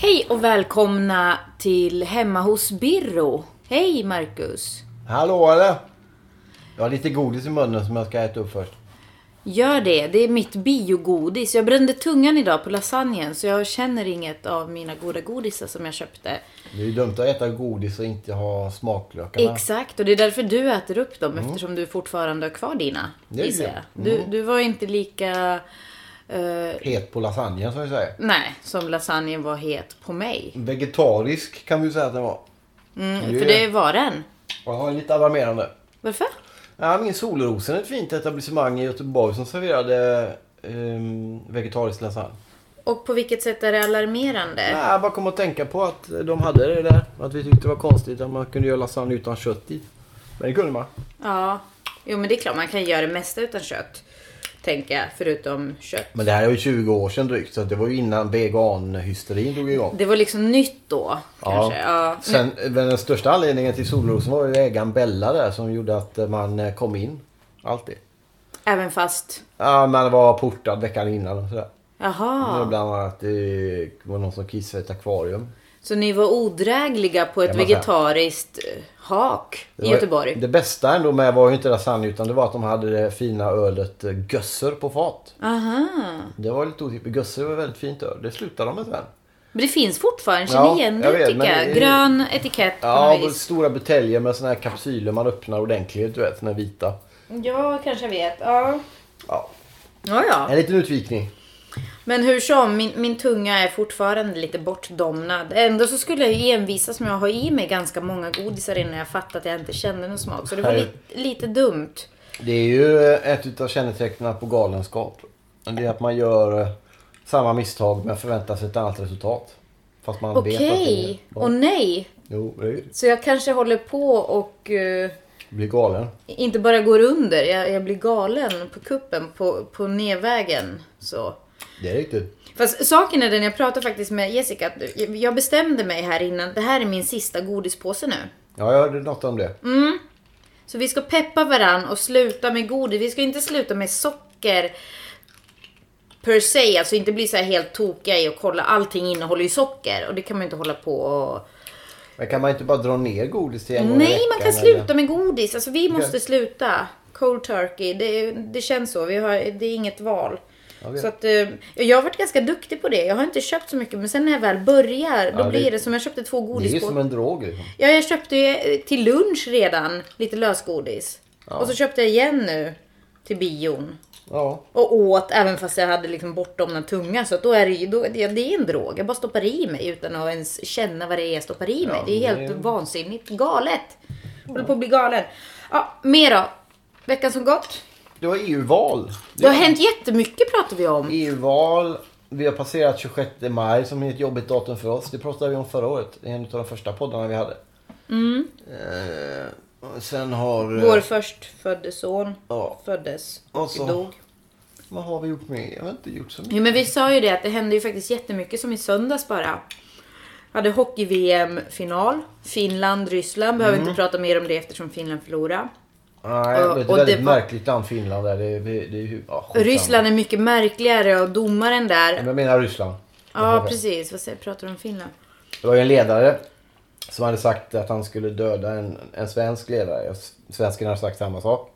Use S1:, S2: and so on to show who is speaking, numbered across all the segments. S1: Hej och välkomna till Hemma hos Birro. Hej Marcus.
S2: Hallå eller? Jag har lite godis i munnen som jag ska äta upp först.
S1: Gör det. Det är mitt biogodis. Jag brände tungan idag på lasagnen så jag känner inget av mina goda godisar som jag köpte.
S2: Det är ju dumt att äta godis och inte ha smaklökarna.
S1: Exakt, och det är därför du äter upp dem eftersom du fortfarande har kvar dina.
S2: Mm. Det är Mm.
S1: gissar
S2: det.
S1: jag. Du, du var inte lika... eh,
S2: Het på lasagne som vi säger.
S1: nej, som lasagnen var het på mig.
S2: Vegetarisk kan vi säga att den var.
S1: Mm,
S2: Det-
S1: för det var den.
S2: Och jag är lite alarmerande.
S1: Varför?
S2: Ja, min Solrosen är ett fint etablissemang i Göteborg som serverade um, vegetarisk lasagne.
S1: Och på vilket sätt är det alarmerande?
S2: Nej, jag bara kom att tänka på att de hade det där. Att vi tyckte det var konstigt att man kunde göra lasagne utan kött i. Men det kunde man.
S1: Ja, jo men det är klart man kan göra det mesta utan kött. Tänker jag, förutom kött.
S2: Men det här är ju 20 år sedan drygt så att det var ju innan veganhysterin drog igång.
S1: Det var liksom nytt då, kanske. Ja.
S2: Sen, men den största anledningen till solrosen var ju ägaren Bella där som gjorde att man eh, kom in. Alltid.
S1: Även fast...
S2: Ja, man var portad veckan innan och sådär. Det var
S1: Jaha.
S2: bland annat eh, det var någon som kissade i ett akvarium.
S1: Så ni var odrägliga på ett
S2: Kan man säga.
S1: vegetariskt eh, hak
S2: Det
S1: i
S2: var-
S1: Göteborg?
S2: Det bästa ändå med var ju inte lasagne utan det var att de hade det fina ölet eh, Gösser på fat.
S1: Aha.
S2: Det var lite otippat. Gösser var väldigt fint öl. Det slutade de med sen.
S1: Men det finns fortfarande, känner
S2: Ja,
S1: igen
S2: jag
S1: det
S2: vet,
S1: tycker
S2: men
S1: jag.
S2: det-
S1: Grön etikett på
S2: Ja,
S1: något
S2: och
S1: vis.
S2: stora buteljer med såna här kapsyler man öppnar ordentligt. Du vet, såna här vita.
S1: Ja, kanske jag vet. Ja.
S2: Ja,
S1: Ja, ja.
S2: en liten utvikning.
S1: Men hur som, min, min tunga är fortfarande lite bortdomnad. Ändå så skulle jag ju envisas med att ha i mig ganska många godisar innan jag fattade att jag inte kände någon smak. Så det var
S2: Nej.
S1: lite, lite dumt.
S2: Det är ju eh, ett utav kännetecknen på galenskap. Det är att man gör eh, samma misstag men förväntar sig ett annat resultat. Fast man vet att det är...
S1: Okej, och nej.
S2: Jo, det är ju-
S1: Så jag kanske håller på och eh,
S2: blir galen.
S1: inte bara går under. Jag, jag blir galen på kuppen, på, på nedvägen. Så.
S2: Det är riktigt.
S1: Fast saken är den, jag pratade faktiskt med Jessica. att jag- Jag bestämde mig här innan. Det här är min sista godispåse nu.
S2: Ja, jag hörde något om det.
S1: Mm. Så vi ska peppa varann och sluta med godis. Vi ska inte sluta med socker per se. Alltså inte bli så här helt tokiga i och kolla. Allting innehåller ju socker och det kan man ju inte hålla på och
S2: Men kan man inte bara dra ner godis till en gång i
S1: Nej, man
S2: veckan,
S1: kan
S2: eller?
S1: sluta med godis. Alltså vi måste
S2: Okej.
S1: sluta. Cold turkey, det, det känns så. Vi har, det är inget val.
S2: Jag vet.
S1: Så att, eh, jag har varit ganska duktig på det. Jag har inte köpt så mycket men sen när jag väl börjar då
S2: Ja, det-
S1: blir det som jag köpte två
S2: Det är ju
S1: godis
S2: som en drog liksom.
S1: Ja, jag köpte ju eh, till lunch redan lite lösgodis. Och så köpte jag igen nu till bion.
S2: Ja.
S1: Och åt även fast jag hade liksom bortdomnad tunga. Så att då är det ju, då, det, det är en drog. Jag bara stoppar i mig utan att ens känna vad det är jag stoppar i mig.
S2: Ja,
S1: det är helt
S2: det är-
S1: vansinnigt galet. Jag håller på att bli galen. Ja, mer då. Veckan som gått.
S2: Det var EU-val.
S1: Det har hänt jättemycket pratar vi om.
S2: EU-val. Vi har passerat 26 maj som är ett jobbigt datum för oss. Det pratade vi om förra året. Det är en av de första poddarna vi hade. Eh, och sen har... eh,
S1: Mm. Vår förstfödde son
S2: Ja.
S1: föddes
S2: Och
S1: och
S2: så-
S1: dog.
S2: Vad har vi gjort med? Jag har inte gjort så mycket.
S1: Jo men vi sa ju det att det hände ju faktiskt jättemycket som i söndags bara. Hade hockey-VM-final. Finland, Ryssland. Behöver
S2: Mm.
S1: inte prata mer om det eftersom Finland förlorade.
S2: Nej,
S1: Och-
S2: det är ett
S1: och
S2: väldigt
S1: det var-
S2: märkligt land Finland där. Det är, det är, ju- ja, skitsamma.
S1: Ryssland är mycket märkligare och domaren där
S2: Men Jag menar Ryssland.
S1: Ja, precis. Vad säger, pratar du om Finland?
S2: Det var ju en ledare som hade sagt att han skulle döda en, en svensk ledare. Och s- Svensken hade sagt samma sak.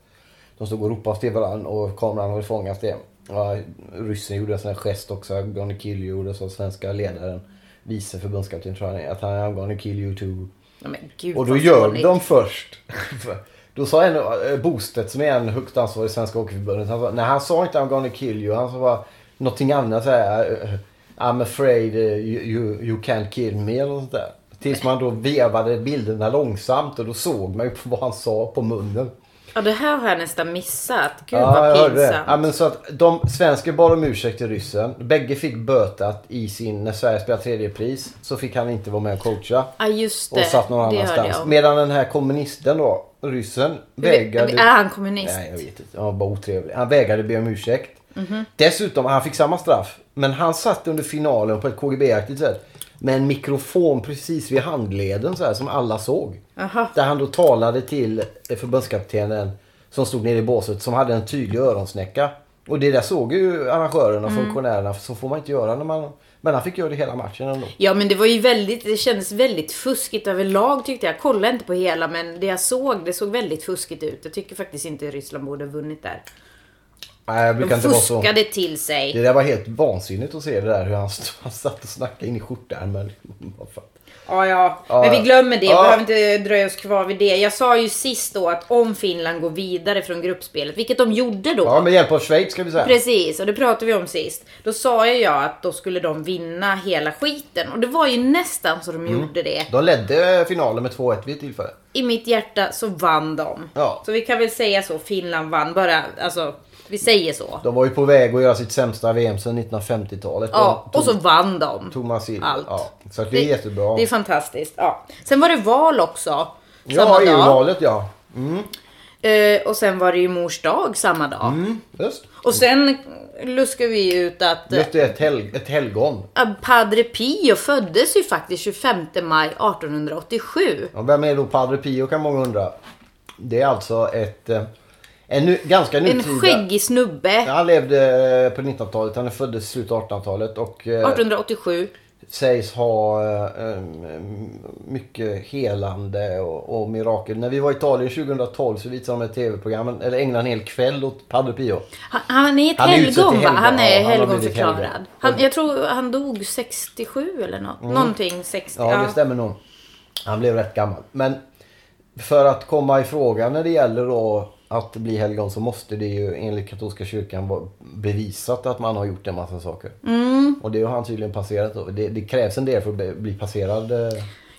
S2: De stod och ropade till varandra och kameran hade fångat det. Ja, ryssen gjorde en sån här gest också. I'm gonna kill you. Det sa svenska ledaren. Vice förbundskapten tror jag han är, Att han I'm gonna kill you too.
S1: Ja, men gud
S2: Och då
S1: vad
S2: ljög
S1: fånigt.
S2: de först. Då sa en, eh, Bostedt som är en högt ansvarig i Svenska Hockeyförbundet. Han sa, nej han sa inte I'm gonna kill you. Han sa bara någonting annat så här. eh, I'm afraid eh, you, you, you can't kill me eller något där. Tills man då vevade bilderna långsamt och då såg man ju på vad han sa på munnen.
S1: Ja, det här har jag nästan missat. Gud
S2: jag
S1: vad
S2: hörde det.
S1: pinsamt.
S2: Ja, men så att de svenskar bad om ursäkt till ryssen. Bägge fick bötat i sin, när Sverige spelade tredje pris så fick han inte vara med och coacha.
S1: Ja, just det.
S2: Och satt någon
S1: det
S2: annanstans.
S1: hörde jag.
S2: Medan den här kommunisten då, ryssen, vägrade...
S1: Är han kommunist? Mhm.
S2: Nej, jag vet inte. Han var bara otrevlig. Han vägrade be om ursäkt. Dessutom, han fick samma straff. Men han satt under finalen på ett KGB-aktigt sätt. Med en mikrofon precis vid handleden så här som alla såg.
S1: Aha.
S2: Där han då talade till eh, förbundskaptenen som stod nere i båset som hade en tydlig öronsnäcka. Och det där såg ju arrangörerna
S1: Mm.
S2: och funktionärerna. Så får man inte göra när man... Men han fick göra det hela matchen ändå.
S1: Ja men det var ju väldigt, det kändes väldigt fuskigt överlag tyckte jag. Kollade inte på hela men det jag såg, det såg väldigt fuskigt ut. Jag tycker faktiskt inte Ryssland borde ha vunnit där.
S2: Nej, jag brukar
S1: De
S2: inte vara så...
S1: fuskade till sig.
S2: Det där var helt vansinnigt att se det där hur han, st- han satt och snackade in i skjortärmen. Vad fan.
S1: Ja, ja.
S2: Ja,
S1: Men
S2: ja.
S1: vi glömmer det. Vi
S2: Ja.
S1: behöver inte dröja oss kvar vid det. Jag sa ju sist då att om Finland går vidare från gruppspelet, vilket de gjorde då.
S2: Ja, med hjälp av Schweiz ska vi säga.
S1: Precis, och det pratade vi om sist. Då sa ju jag att då skulle de vinna hela skiten. Och det var ju nästan så de
S2: Mm.
S1: gjorde det.
S2: De ledde eh, finalen med 2-1 vid ett tillfälle.
S1: I mitt hjärta så vann de.
S2: Ja.
S1: Så vi kan väl säga så, Finland vann. Bara, alltså, vi säger så.
S2: De var ju på väg att göra sitt sämsta VM sedan 1950-talet.
S1: Ja,
S2: De tog-
S1: och så vann de.
S2: Thomas Hill.
S1: Allt.
S2: Ja, så att det är jättebra.
S1: Det är fantastiskt. Ja. Sen var det val också.
S2: ja,
S1: Samma dag.
S2: EU-valet ja.
S1: Eh, och sen var det ju mors dag samma dag.
S2: Mm, just.
S1: Och sen luskar vi ut att eh,
S2: Just det, ett, hel- ett helgon.
S1: Padre Pio föddes ju faktiskt 25 maj 1887.
S2: Ja, vem är då Padre Pio kan många undra. Det är alltså ett... eh, En nu, ganska
S1: En
S2: nutida...
S1: skäggig snubbe.
S2: Han levde eh, på 1900-talet. Han är född i slutet av 1800-talet och... eh,
S1: 1887.
S2: sägs ha eh, em, mycket helande och, och mirakel. När vi var i Italien 2012 så visade de ett tv-program, eller ägnade en hel kväll åt Padre Pio.
S1: Han, han är ett
S2: Han är utsedd till
S1: helgon va?
S2: helgon.
S1: Han är
S2: Ja, han har blivit
S1: helgonförklarad.
S2: helgon. Mm.
S1: Han, jag tror han dog 67 eller något. Någonting 60.
S2: Ja, det
S1: Ja,
S2: stämmer nog. Han blev rätt gammal. Men för att komma i fråga när det gäller då att bli helgon så måste det ju enligt katolska kyrkan vara bevisat att man har gjort en massa saker. Och det har han tydligen passerat då. Det, det krävs en del för att bli- bli passerad. eh,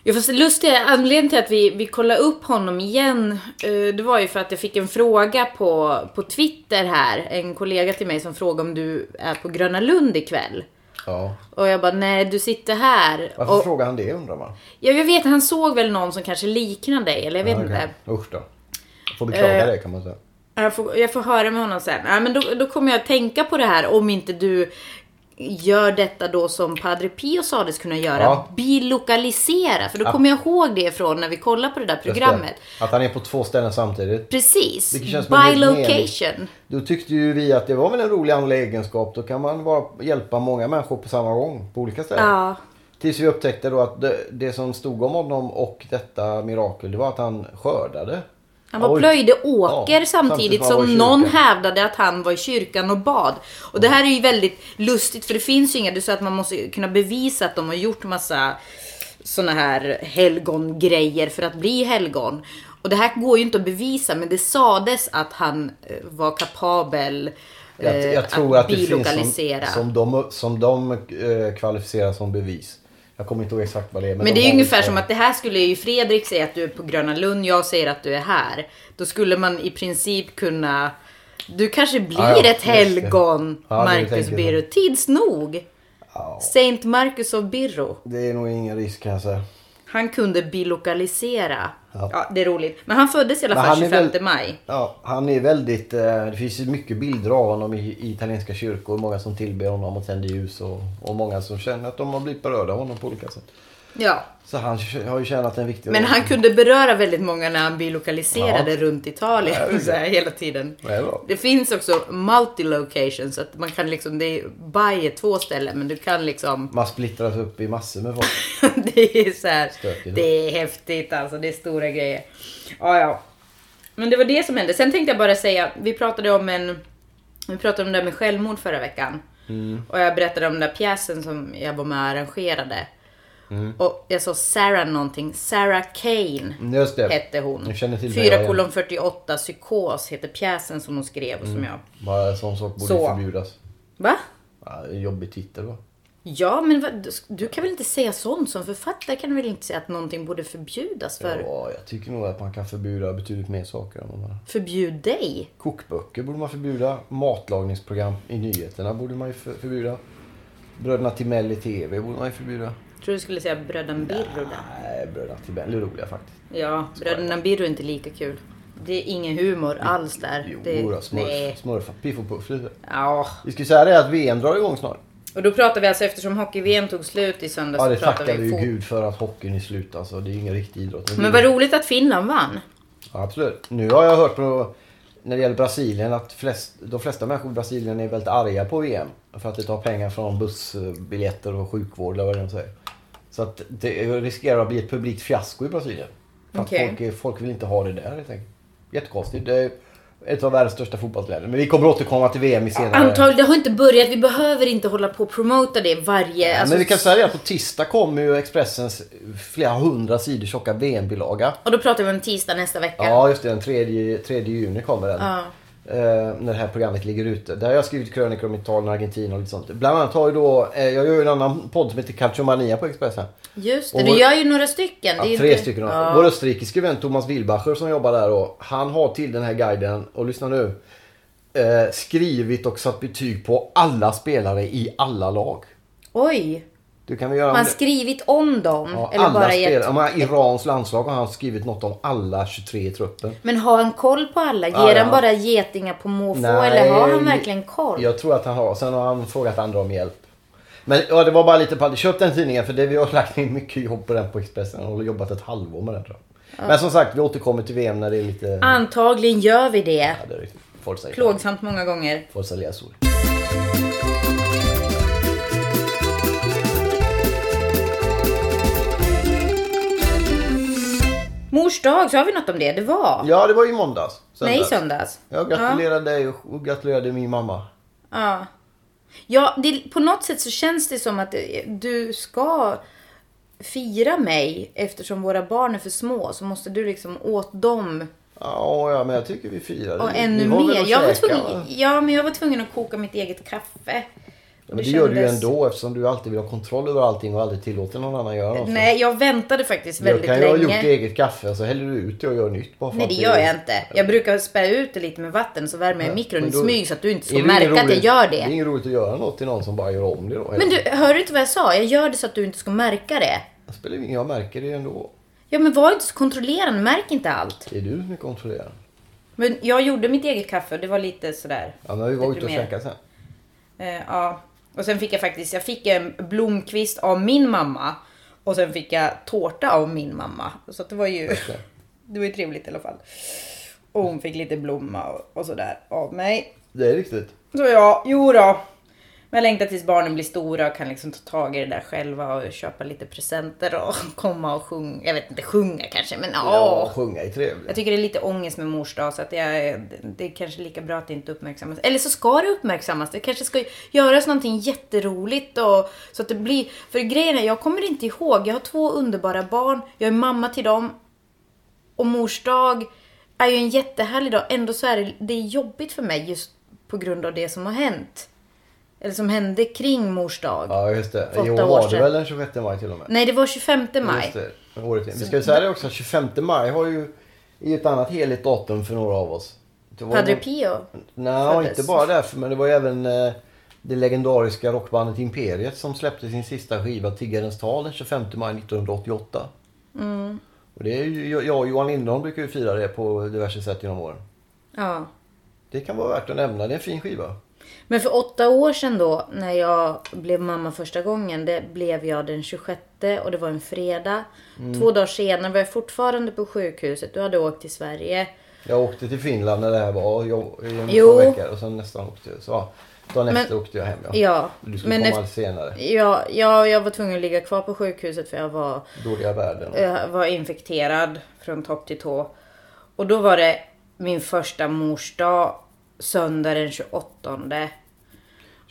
S1: Ja, fast det lustiga, anledningen till att vi, vi kollade upp honom igen, eh, det var ju för att jag fick en fråga på, på Twitter här. En kollega till mig som frågade om du är på Gröna Lund ikväll.
S2: Ja.
S1: Och jag bara, nej du sitter här.
S2: Varför
S1: Och,
S2: frågar han det undrar man?
S1: ja, jag vet, han såg väl någon som kanske liknar dig, eller jag vet inte.
S2: Okej. Usch då. Får
S1: Eh,
S2: beklaga det kan man säga.
S1: Jag får, jag får höra med honom sen. Ja, men då, då kommer jag att tänka på det här om inte du gör detta då som Padre Pio sades kunna göra.
S2: Ja.
S1: Bilokalisera. För då kommer jag ihåg det från när vi kollade på det där programmet.
S2: Just det. Att han är på två ställen samtidigt.
S1: Precis.
S2: Vilket känns som en
S1: By
S2: helt mening.
S1: location.
S2: Då tyckte ju vi att det var väl en rolig andlig egenskap. Då kan man bara hjälpa många människor på samma gång. På olika ställen.
S1: Ja.
S2: Tills vi upptäckte då att det, det som stod om honom och detta mirakel. Det var att han skördade.
S1: Han var
S2: Oj.
S1: plöjde åker
S2: Ja,
S1: samtidigt
S2: som han var
S1: som
S2: i
S1: någon
S2: kyrkan.
S1: hävdade att han var i kyrkan och bad. Och det här är ju väldigt lustigt för det finns ju inga, du sa att man måste kunna bevisa att de har gjort massa såna här helgongrejer för att bli helgon. Och det här går ju inte att bevisa men det sades att han eh, var kapabel eh,
S2: Jag, jag tror att, det finns som,
S1: bilokalisera.
S2: som de, som de eh, kvalificerar som bevis. Jag kommer inte ihåg exakt vad det är.
S1: Men
S2: de
S1: det är ju
S2: har
S1: ungefär
S2: väl-
S1: som att det här skulle ju Fredrik säga att du är på Gröna Lund, jag säger att du är här. Då skulle man i princip kunna... Du kanske blir
S2: Ja, ja,
S1: ett
S2: just det.
S1: helgon,
S2: Ja, det
S1: Marcus
S2: tänker jag.
S1: Birro. Tids nog.
S2: Ja.
S1: Saint Marcus of Birro.
S2: Det är nog ingen risk kan jag säga.
S1: Han kunde bilokalisera. Ja.
S2: Ja.
S1: det är roligt. Men han föddes i alla
S2: Men
S1: fall
S2: han är
S1: 25
S2: väl-
S1: maj.
S2: Ja, han är väldigt... Eh, det finns ju mycket bilder av honom i, i italienska kyrkor. Många som tillber honom och tänder ljus och, och många som känner att de har blivit berörda av honom på olika sätt.
S1: Ja.
S2: Så han k- har ju tjänat en viktig
S1: Men
S2: roll.
S1: han kunde beröra väldigt många när han bilokaliserade
S2: Ja.
S1: runt
S2: Ja, det är
S1: Italien
S2: det.
S1: så här, hela tiden.
S2: Det är bra.
S1: Det finns också multi-locations, så att man kan liksom, det är by är två ställen men du kan liksom
S2: Man splittras upp i massor med folk.
S1: det är så här,
S2: Stökigt.
S1: det är häftigt alltså, det är stora grejer. Ja, ja. Men det var det som hände. Sen tänkte jag bara säga, vi pratade om en, vi pratade om det här med självmord förra veckan.
S2: Mm.
S1: Och jag berättade om den där pjäsen som jag var med och arrangerade. Och jag sa Sarah någonting, Sarah Kane
S2: Mm, Just det.
S1: hette hon.
S2: Jag känner till det,
S1: 4
S2: ja.
S1: kolon 48 psykos heter pjäsen som hon
S2: Mm.
S1: skrev och som jag...
S2: Bara en sån sak borde
S1: Så.
S2: förbjudas.
S1: Va?
S2: Ja, det är en jobbig titel va?
S1: Ja, men vad, du- du kan väl inte säga sånt som författare? Kan du väl inte säga att någonting borde förbjudas för?
S2: Ja, jag tycker nog att man kan förbjuda betydligt mer saker. Än vad man...
S1: Förbjud dig?
S2: Kokböcker borde man förbjuda. Matlagningsprogram i nyheterna borde man ju för- förbjuda. Bröderna Timell i TV borde man ju förbjuda.
S1: Tror du skulle säga bröden Birro där?
S2: Nej, Bröderna Timell är roliga faktiskt.
S1: Ja, bröderna Birro är inte lika kul. Det är ingen humor alls där.
S2: Jo,
S1: det,
S2: då, smurf,
S1: nej.
S2: smurf, Piff och Puff lite.
S1: Ja.
S2: Vi ska ju säga det att VM drar igång snart.
S1: Och då pratar vi alltså eftersom hockey-VM tog slut i söndags.
S2: Ja, det
S1: så pratar
S2: tackar vi ju
S1: fot-
S2: gud för att hockeyn är slut alltså. Det är ju ingen riktig idrott.
S1: Men vad roligt att Finland vann.
S2: Ja, absolut. Nu har jag hört på, när det gäller Brasilien att flest, de flesta människor i Brasilien är väldigt arga på VM. För att det tar pengar från bussbiljetter och sjukvård eller vad det nu säger. Så att det riskerar att bli ett publikt fiasko i Brasilien. För att
S1: Okej.
S2: folk, är- folk vill inte ha det där helt enkelt. Jättekonstigt. Det är ett av världens största fotbollsländer. Men vi kommer återkomma till VM i senare...
S1: Antagligen, det har inte börjat. Vi behöver inte hålla på och promota det varje... alltså,
S2: Men vi kan säga det att på tisdag kommer ju Expressens flera hundra sidor tjocka VM-bilaga.
S1: Och då pratar vi om tisdag nästa vecka.
S2: Ja, just det. Den 3, 3 juni kommer den.
S1: Ja.
S2: Eh, när det här programmet ligger ute. Där har jag skrivit krönikor om Italien, Argentina och lite sånt. Bland annat har ju då, eh, jag gör ju en annan podd som heter Calciomania på Expressen.
S1: Just det,
S2: Och
S1: du
S2: vår-
S1: gör ju några stycken.
S2: Ja,
S1: det är ju
S2: tre
S1: inte...
S2: stycken.
S1: Ja.
S2: Vår österrikiske vän Thomas Wilbacher som jobbar där då. Han har till den här guiden, och lyssna nu. Eh, skrivit och satt betyg på alla spelare i alla lag.
S1: Oj!
S2: Du kan väl göra
S1: Har
S2: en-
S1: han skrivit om dem?
S2: Ja,
S1: eller
S2: alla
S1: bara
S2: spelare.
S1: gett...
S2: Om han- Irans landslag har han skrivit något om alla 23 i truppen.
S1: Men har han koll på alla? Ger
S2: Ja, ja.
S1: han bara getingar på måfå eller har han verkligen koll?
S2: Jag tror att han har. Sen har han frågat andra om hjälp. Men ja, det var bara lite på Köp den tidningen för det vi har lagt in mycket jobb på den på Expressen. Jag har jobbat ett halvår med den tror jag. Men som sagt, vi återkommer till VM när det är lite...
S1: Ah. Antagligen gör vi det.
S2: Ja, det är riktigt. Forza, Italia.
S1: Plågsamt många gånger.
S2: Forza Liazur.
S1: Mors dag, sa vi något om det? Det var?
S2: Ja, det var ju i måndags. Söndags.
S1: Nej, söndags.
S2: Jag gratulerar dig och och gratulerade min mamma.
S1: Ja. Ja, det, på något sätt så känns det som att eh, du ska fira mig eftersom våra barn är för små så måste du liksom åt dem
S2: Ja, ja men jag tycker vi firade.
S1: och
S2: Ni-
S1: ännu
S2: ni var väl
S1: mer.
S2: och
S1: Jag var,
S2: käkade,
S1: tvungen,
S2: va?
S1: ja, men jag var tvungen att koka mitt eget kaffe.
S2: Ja, men
S1: Det
S2: det gör du ju
S1: kändes-
S2: ändå eftersom du alltid vill ha kontroll över allting och aldrig tillåter någon annan göra något.
S1: Nej, jag väntade faktiskt
S2: alltså. Jag
S1: väldigt
S2: kan ju ha
S1: länge.
S2: gjort eget kaffe så häller du ut det och gör nytt bara för
S1: Nej
S2: att
S1: det gör jag inte. Jag brukar spä ut det lite med vatten så värmer jag mikron i
S2: men då-
S1: smyg så att du inte ska
S2: Är det inget
S1: märka att jag
S2: roligt-
S1: gör
S2: Det är
S1: det.
S2: inget roligt att göra något till någon som bara gör om det då.
S1: Men du, hör du inte vad jag sa? Jag gör det så att du inte ska märka det.
S2: Det spelar ju ingen jag märker det ändå.
S1: Ja men var inte så kontrollerande, märk inte allt.
S2: Det är du som är kontrollerad.
S1: Men jag gjorde mitt eget kaffe och det var lite sådär.
S2: Ja, men vi var ute och
S1: Deprimerad.
S2: käkade sen.
S1: Eh, ja. Och sen fick jag faktiskt, jag fick en blomkvist av min mamma. Och sen fick jag tårta av min mamma. Så att det var ju,
S2: det.
S1: det var ju trevligt i alla fall. Och hon fick lite blomma och, och sådär av mig.
S2: Det är riktigt.
S1: Så ja, jo då. Men jag längtar tills barnen blir stora och kan liksom ta tag i det där själva och köpa lite presenter och komma och sjunga. Jag vet inte, sjunga kanske men ja.
S2: Ja, sjunga är trevligt.
S1: Jag tycker det är lite ångest med mors dag så att jag, det är kanske lika bra att det inte uppmärksammas. Eller så ska det uppmärksammas. Det kanske ska göras någonting jätteroligt och så att det blir... För grejen är, jag kommer inte ihåg. Jag har två underbara barn. Jag är mamma till dem. Och mors dag är ju en jättehärlig dag. Ändå så är det, det är jobbigt för mig just på grund av det som har hänt. Eller som hände kring mors dag.
S2: Ja, just det.
S1: För
S2: Jo,
S1: åtta år
S2: var det
S1: sedan.
S2: väl den 26 maj till och med?
S1: Nej, det var 25 maj.
S2: Just det. Året innan. Vi ska ju säga det också, 25 maj har ju är ett annat heligt datum för några av oss. Det var
S1: Padre
S2: någon-
S1: Pio.
S2: Nej,
S1: föddes.
S2: inte bara därför, men det var ju även eh, det legendariska rockbandet Imperiet som släppte sin sista skiva Tiggarens tal den 25 maj 1988.
S1: Mm.
S2: Och det är ju, jag och Johan Lindholm brukar ju fira det på diverse sätt genom åren.
S1: Ja.
S2: Det kan vara värt att nämna, det är en fin skiva.
S1: Men för åtta år sedan då, när jag blev mamma första gången, det blev jag den 26 och det var en fredag.
S2: Mm.
S1: Två dagar senare var jag fortfarande på sjukhuset. Du hade åkt till Sverige.
S2: Jag åkte till Finland när det här var jag, i en
S1: Jo.
S2: två veckor och sen nästan åkte jag. Så, ja, dagen
S1: Men-
S2: efter åkte jag hem. Ja.
S1: Ja,
S2: Du skulle
S1: men
S2: komma
S1: efter-
S2: allt senare.
S1: Ja, ja, jag var tvungen att ligga kvar på sjukhuset för jag var,
S2: Dåliga världen.
S1: jag var infekterad från topp till tå. Och då var det min första morsdag, söndag den 28.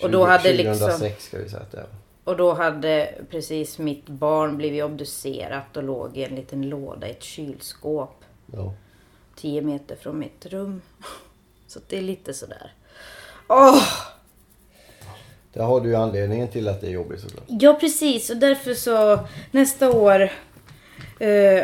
S1: Och då hade
S2: 2006
S1: liksom...
S2: ska vi säga att det är.
S1: Och då hade precis mitt barn blivit obducerat och låg i en liten låda i ett kylskåp.
S2: Ja.
S1: 10 meter från mitt rum. Så att det är lite sådär. Åh!
S2: Där har du ju anledningen till att det är jobbigt såklart.
S1: Ja, precis. Och därför så nästa år, eh,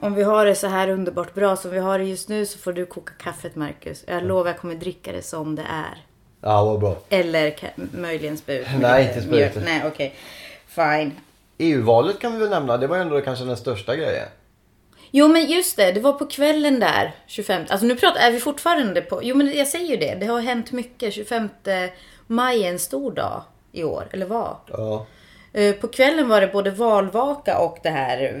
S1: om vi har det så här underbart bra som vi har det just nu så får du koka kaffet, Marcus.
S2: Mm.
S1: Jag lovar, jag kommer dricka det som det är.
S2: Ja, vad bra.
S1: Eller ka- möjligen spä ut.
S2: Nej,
S1: med
S2: inte spä ut det.
S1: mjölk. Nej, okej. Fine.
S2: EU-valet E kan vi väl nämna. Det var ju ändå kanske den största grejen.
S1: Jo, men just det. Det var på kvällen där, 25. Alltså nu pratar, är vi fortfarande på... Jo, men jag säger ju det. Det har hänt mycket. 25 maj är en stor dag i år. Eller var.
S2: Ja.
S1: Eh, På kvällen var det både valvaka och det här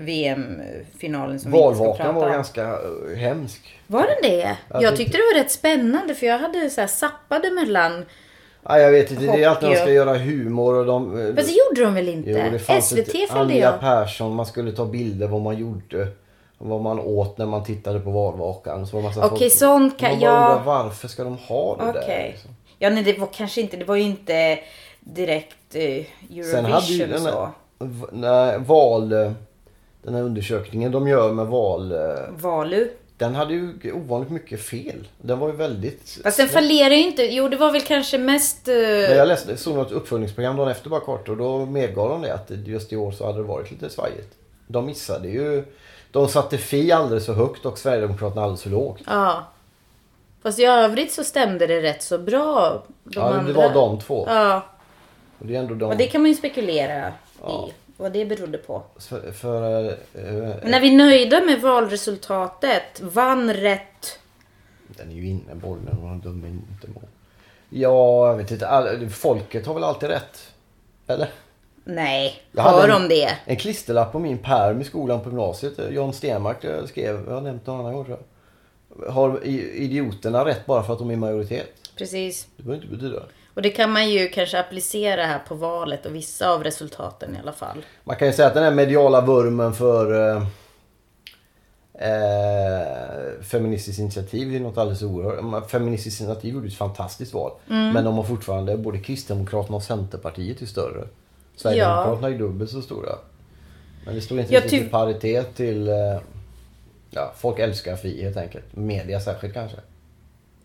S1: VM-finalen som vi inte ska
S2: Valvakan
S1: prata
S2: var
S1: om.
S2: ganska eh, hemsk.
S1: Var den det?
S2: Ja,
S1: jag
S2: det-
S1: tyckte det var rätt spännande för jag hade så här zappade mellan.
S2: Nej, Ah, jag vet inte. Det är alltid när de ska
S1: Hockey.
S2: göra humor och de... eh,
S1: Fast det gjorde de väl inte?
S2: Jo, det fanns
S1: SVT
S2: ett
S1: följde
S2: Anja
S1: jag.
S2: Persson, man skulle ta bilder vad man gjorde. Vad man åt när man tittade på valvakan. Så var det massa
S1: Okej,
S2: folk-
S1: sånt kan
S2: man bara
S1: jag-
S2: undrar, Varför ska de ha det
S1: Okej.
S2: där? liksom?
S1: Ja, nej, det var kanske inte. Det var ju inte direkt eh,
S2: Sen hade ju
S1: Eurovision
S2: den här,
S1: så.
S2: v- nej, val... eh, Den här undersökningen de gör med val... eh,
S1: Valu.
S2: Den hade ju ovanligt mycket fel. Den var ju väldigt...
S1: Fast den fallerade ju inte. Jo, det var väl kanske mest... eh,
S2: Men jag läste, såg något uppföljningsprogram dagen efter bara kort och då medgav de det att just i år så hade det varit lite svajigt. De missade ju... De satte Fi alldeles för högt och Sverigedemokraterna alldeles för lågt.
S1: Ja. Fast i övrigt så stämde det rätt så bra. De
S2: ja,
S1: andra.
S2: det var de två.
S1: Ja.
S2: Och det är ändå de...
S1: Och det kan man ju spekulera i. Vad det berodde
S2: Eh.
S1: på.
S2: För, för, eh,
S1: Men när vi är nöjda med valresultatet, vann rätt.
S2: Den är ju inne bollen och de dömer inte mål. Ja, jag vet inte. All, folket har väl alltid rätt? Eller?
S1: Nej,
S2: Jag
S1: har
S2: hade
S1: de det?
S2: En klisterlapp på min pärm i skolan på gymnasiet. John Stenmark eh, skrev, jag har nämnt det någon annan gång tror jag. Har i- idioterna rätt bara för att de är i majoritet?
S1: Precis.
S2: Det behöver inte betyda.
S1: Och det kan man ju kanske applicera här på valet och vissa av resultaten i alla fall.
S2: Man kan ju säga att den här mediala vurmen för eh, eh, Feministiskt initiativ är något alldeles oerhört. Man- Feministiskt initiativ gjorde ett fantastiskt val. Men de har fortfarande både Kristdemokraterna och Centerpartiet är större. Sverigedemokraterna är dubbelt så stora. Men det står inte
S1: Jag
S2: riktigt
S1: ty-
S2: i paritet till... Eh, ja, folk älskar Fi helt enkelt. Media särskilt kanske.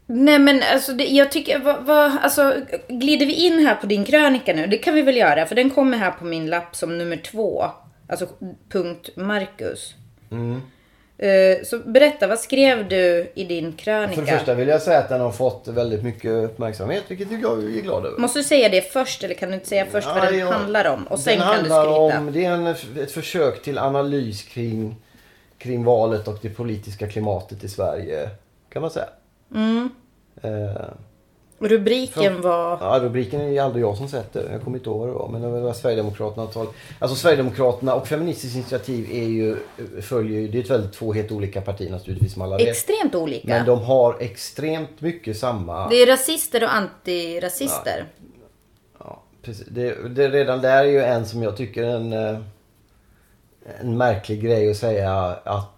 S1: Nej men alltså, det, jag tycker, vad, vad, alltså, glider vi in här på din krönika nu? Det kan vi väl göra, för den kommer här på min lapp som nummer två. Alltså punkt Marcus.
S2: Mm.
S1: Eh, så berätta, vad skrev du i din krönika?
S2: För det första vill jag säga att den har fått väldigt mycket uppmärksamhet, vilket jag är glad över.
S1: Måste du säga det först eller kan du inte säga först vad
S2: Ja,
S1: den
S2: ja.
S1: handlar om? Och sen
S2: den
S1: kan du
S2: handlar
S1: skryta.
S2: om, det är en, ett försök till analys kring, kring valet och det politiska klimatet i Sverige. Kan man säga.
S1: Mm.
S2: Eh,
S1: Rubriken var...
S2: ja, rubriken är ju aldrig jag som sätter. Jag kommer inte ihåg vad det var. Men det var Sverigedemokraterna tal. Alltså Sverigedemokraterna och Feministiskt initiativ är ju, följer ju, det är ett väldigt två helt olika partier naturligtvis som alla vet.
S1: Extremt olika.
S2: Men de har extremt mycket samma...
S1: Det är rasister och antirasister.
S2: Ja, precis. Det, det, redan där är ju en som jag tycker är en, eh, en märklig grej att säga att,